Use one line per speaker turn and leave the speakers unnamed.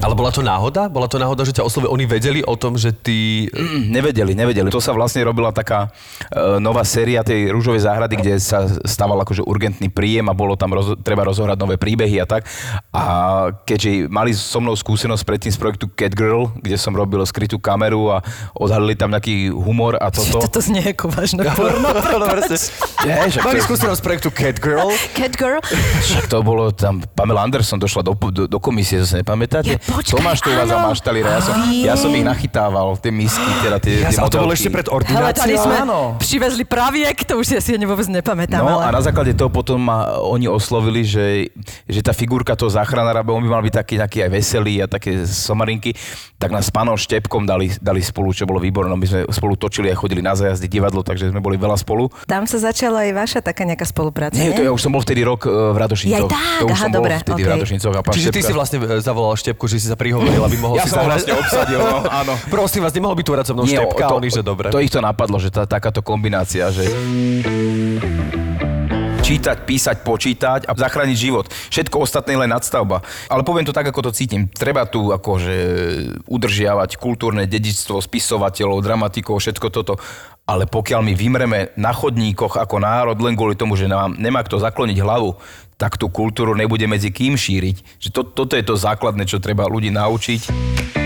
Ale bola to náhoda? Bola to náhoda, že ťa oslovili? Oni vedeli o tom, že ty...
Nevedeli, nevedeli. To sa vlastne robila taká e, nová séria tej rúžovej záhrady, kde sa stával akože urgentný príjem a bolo tam roz, treba rozohrať nové príbehy a tak. A keďže mali so mnou skúsenosť predtým z projektu Catgirl, kde som robil skrytú kameru a odhalili tam nejaký humor a toto.
Toto znie ako vážne porno.
Nie, však to,
Mali skúsenosť projektu Catgirl.
Cat girl.
však to bolo tam, Pamela Anderson došla do, do, do komisie, to si nepamätáte?
Ja, počkaj,
Tomáš tu vás a
áno.
Maštali, ja som, ja som ich nachytával, tie misky, teda tie, tie
A to bolo ešte
modelky.
pred
Hele, tady
ordináciou.
sme
áno.
přivezli praviek, to už si asi ani vôbec nepamätám.
No
ale...
a na základe toho potom ma oni oslovili, že, že tá figurka toho záchranára, bo on by mal byť taký, taký aj veselý a také somarinky, tak nás s pánom Štepkom dali, dali spolu, čo bolo výborné. No, My sme spolu točili a chodili na zajazdy divadlo, takže sme boli veľa spolu.
Tam sa začala aj vaša taká nejaká spolupráca,
Nie, to ja už som bol vtedy rok e, v Radošincoch.
Jaj, tak,
to už
aha,
som bol
dobre,
vtedy v
okej.
Radošincoch a pán
Čiže ty
Štepka-
si vlastne e, zavolal Štepku, že si sa prihovoril, aby mohol
Ja
si
som ho
zahrať.
vlastne obsadil, no, áno.
Prosím vás, nemohol by tu hrať so mnou Štepka,
to-
oni, že dobre.
To ich to napadlo, že tá, takáto kombinácia, že čítať, písať, počítať a zachrániť život. Všetko ostatné je len nadstavba. Ale poviem to tak, ako to cítim. Treba tu akože udržiavať kultúrne dedičstvo spisovateľov, dramatikov, všetko toto. Ale pokiaľ my vymreme na chodníkoch ako národ len kvôli tomu, že nám nemá kto zakloniť hlavu, tak tú kultúru nebude medzi kým šíriť. Že to, toto je to základné, čo treba ľudí naučiť.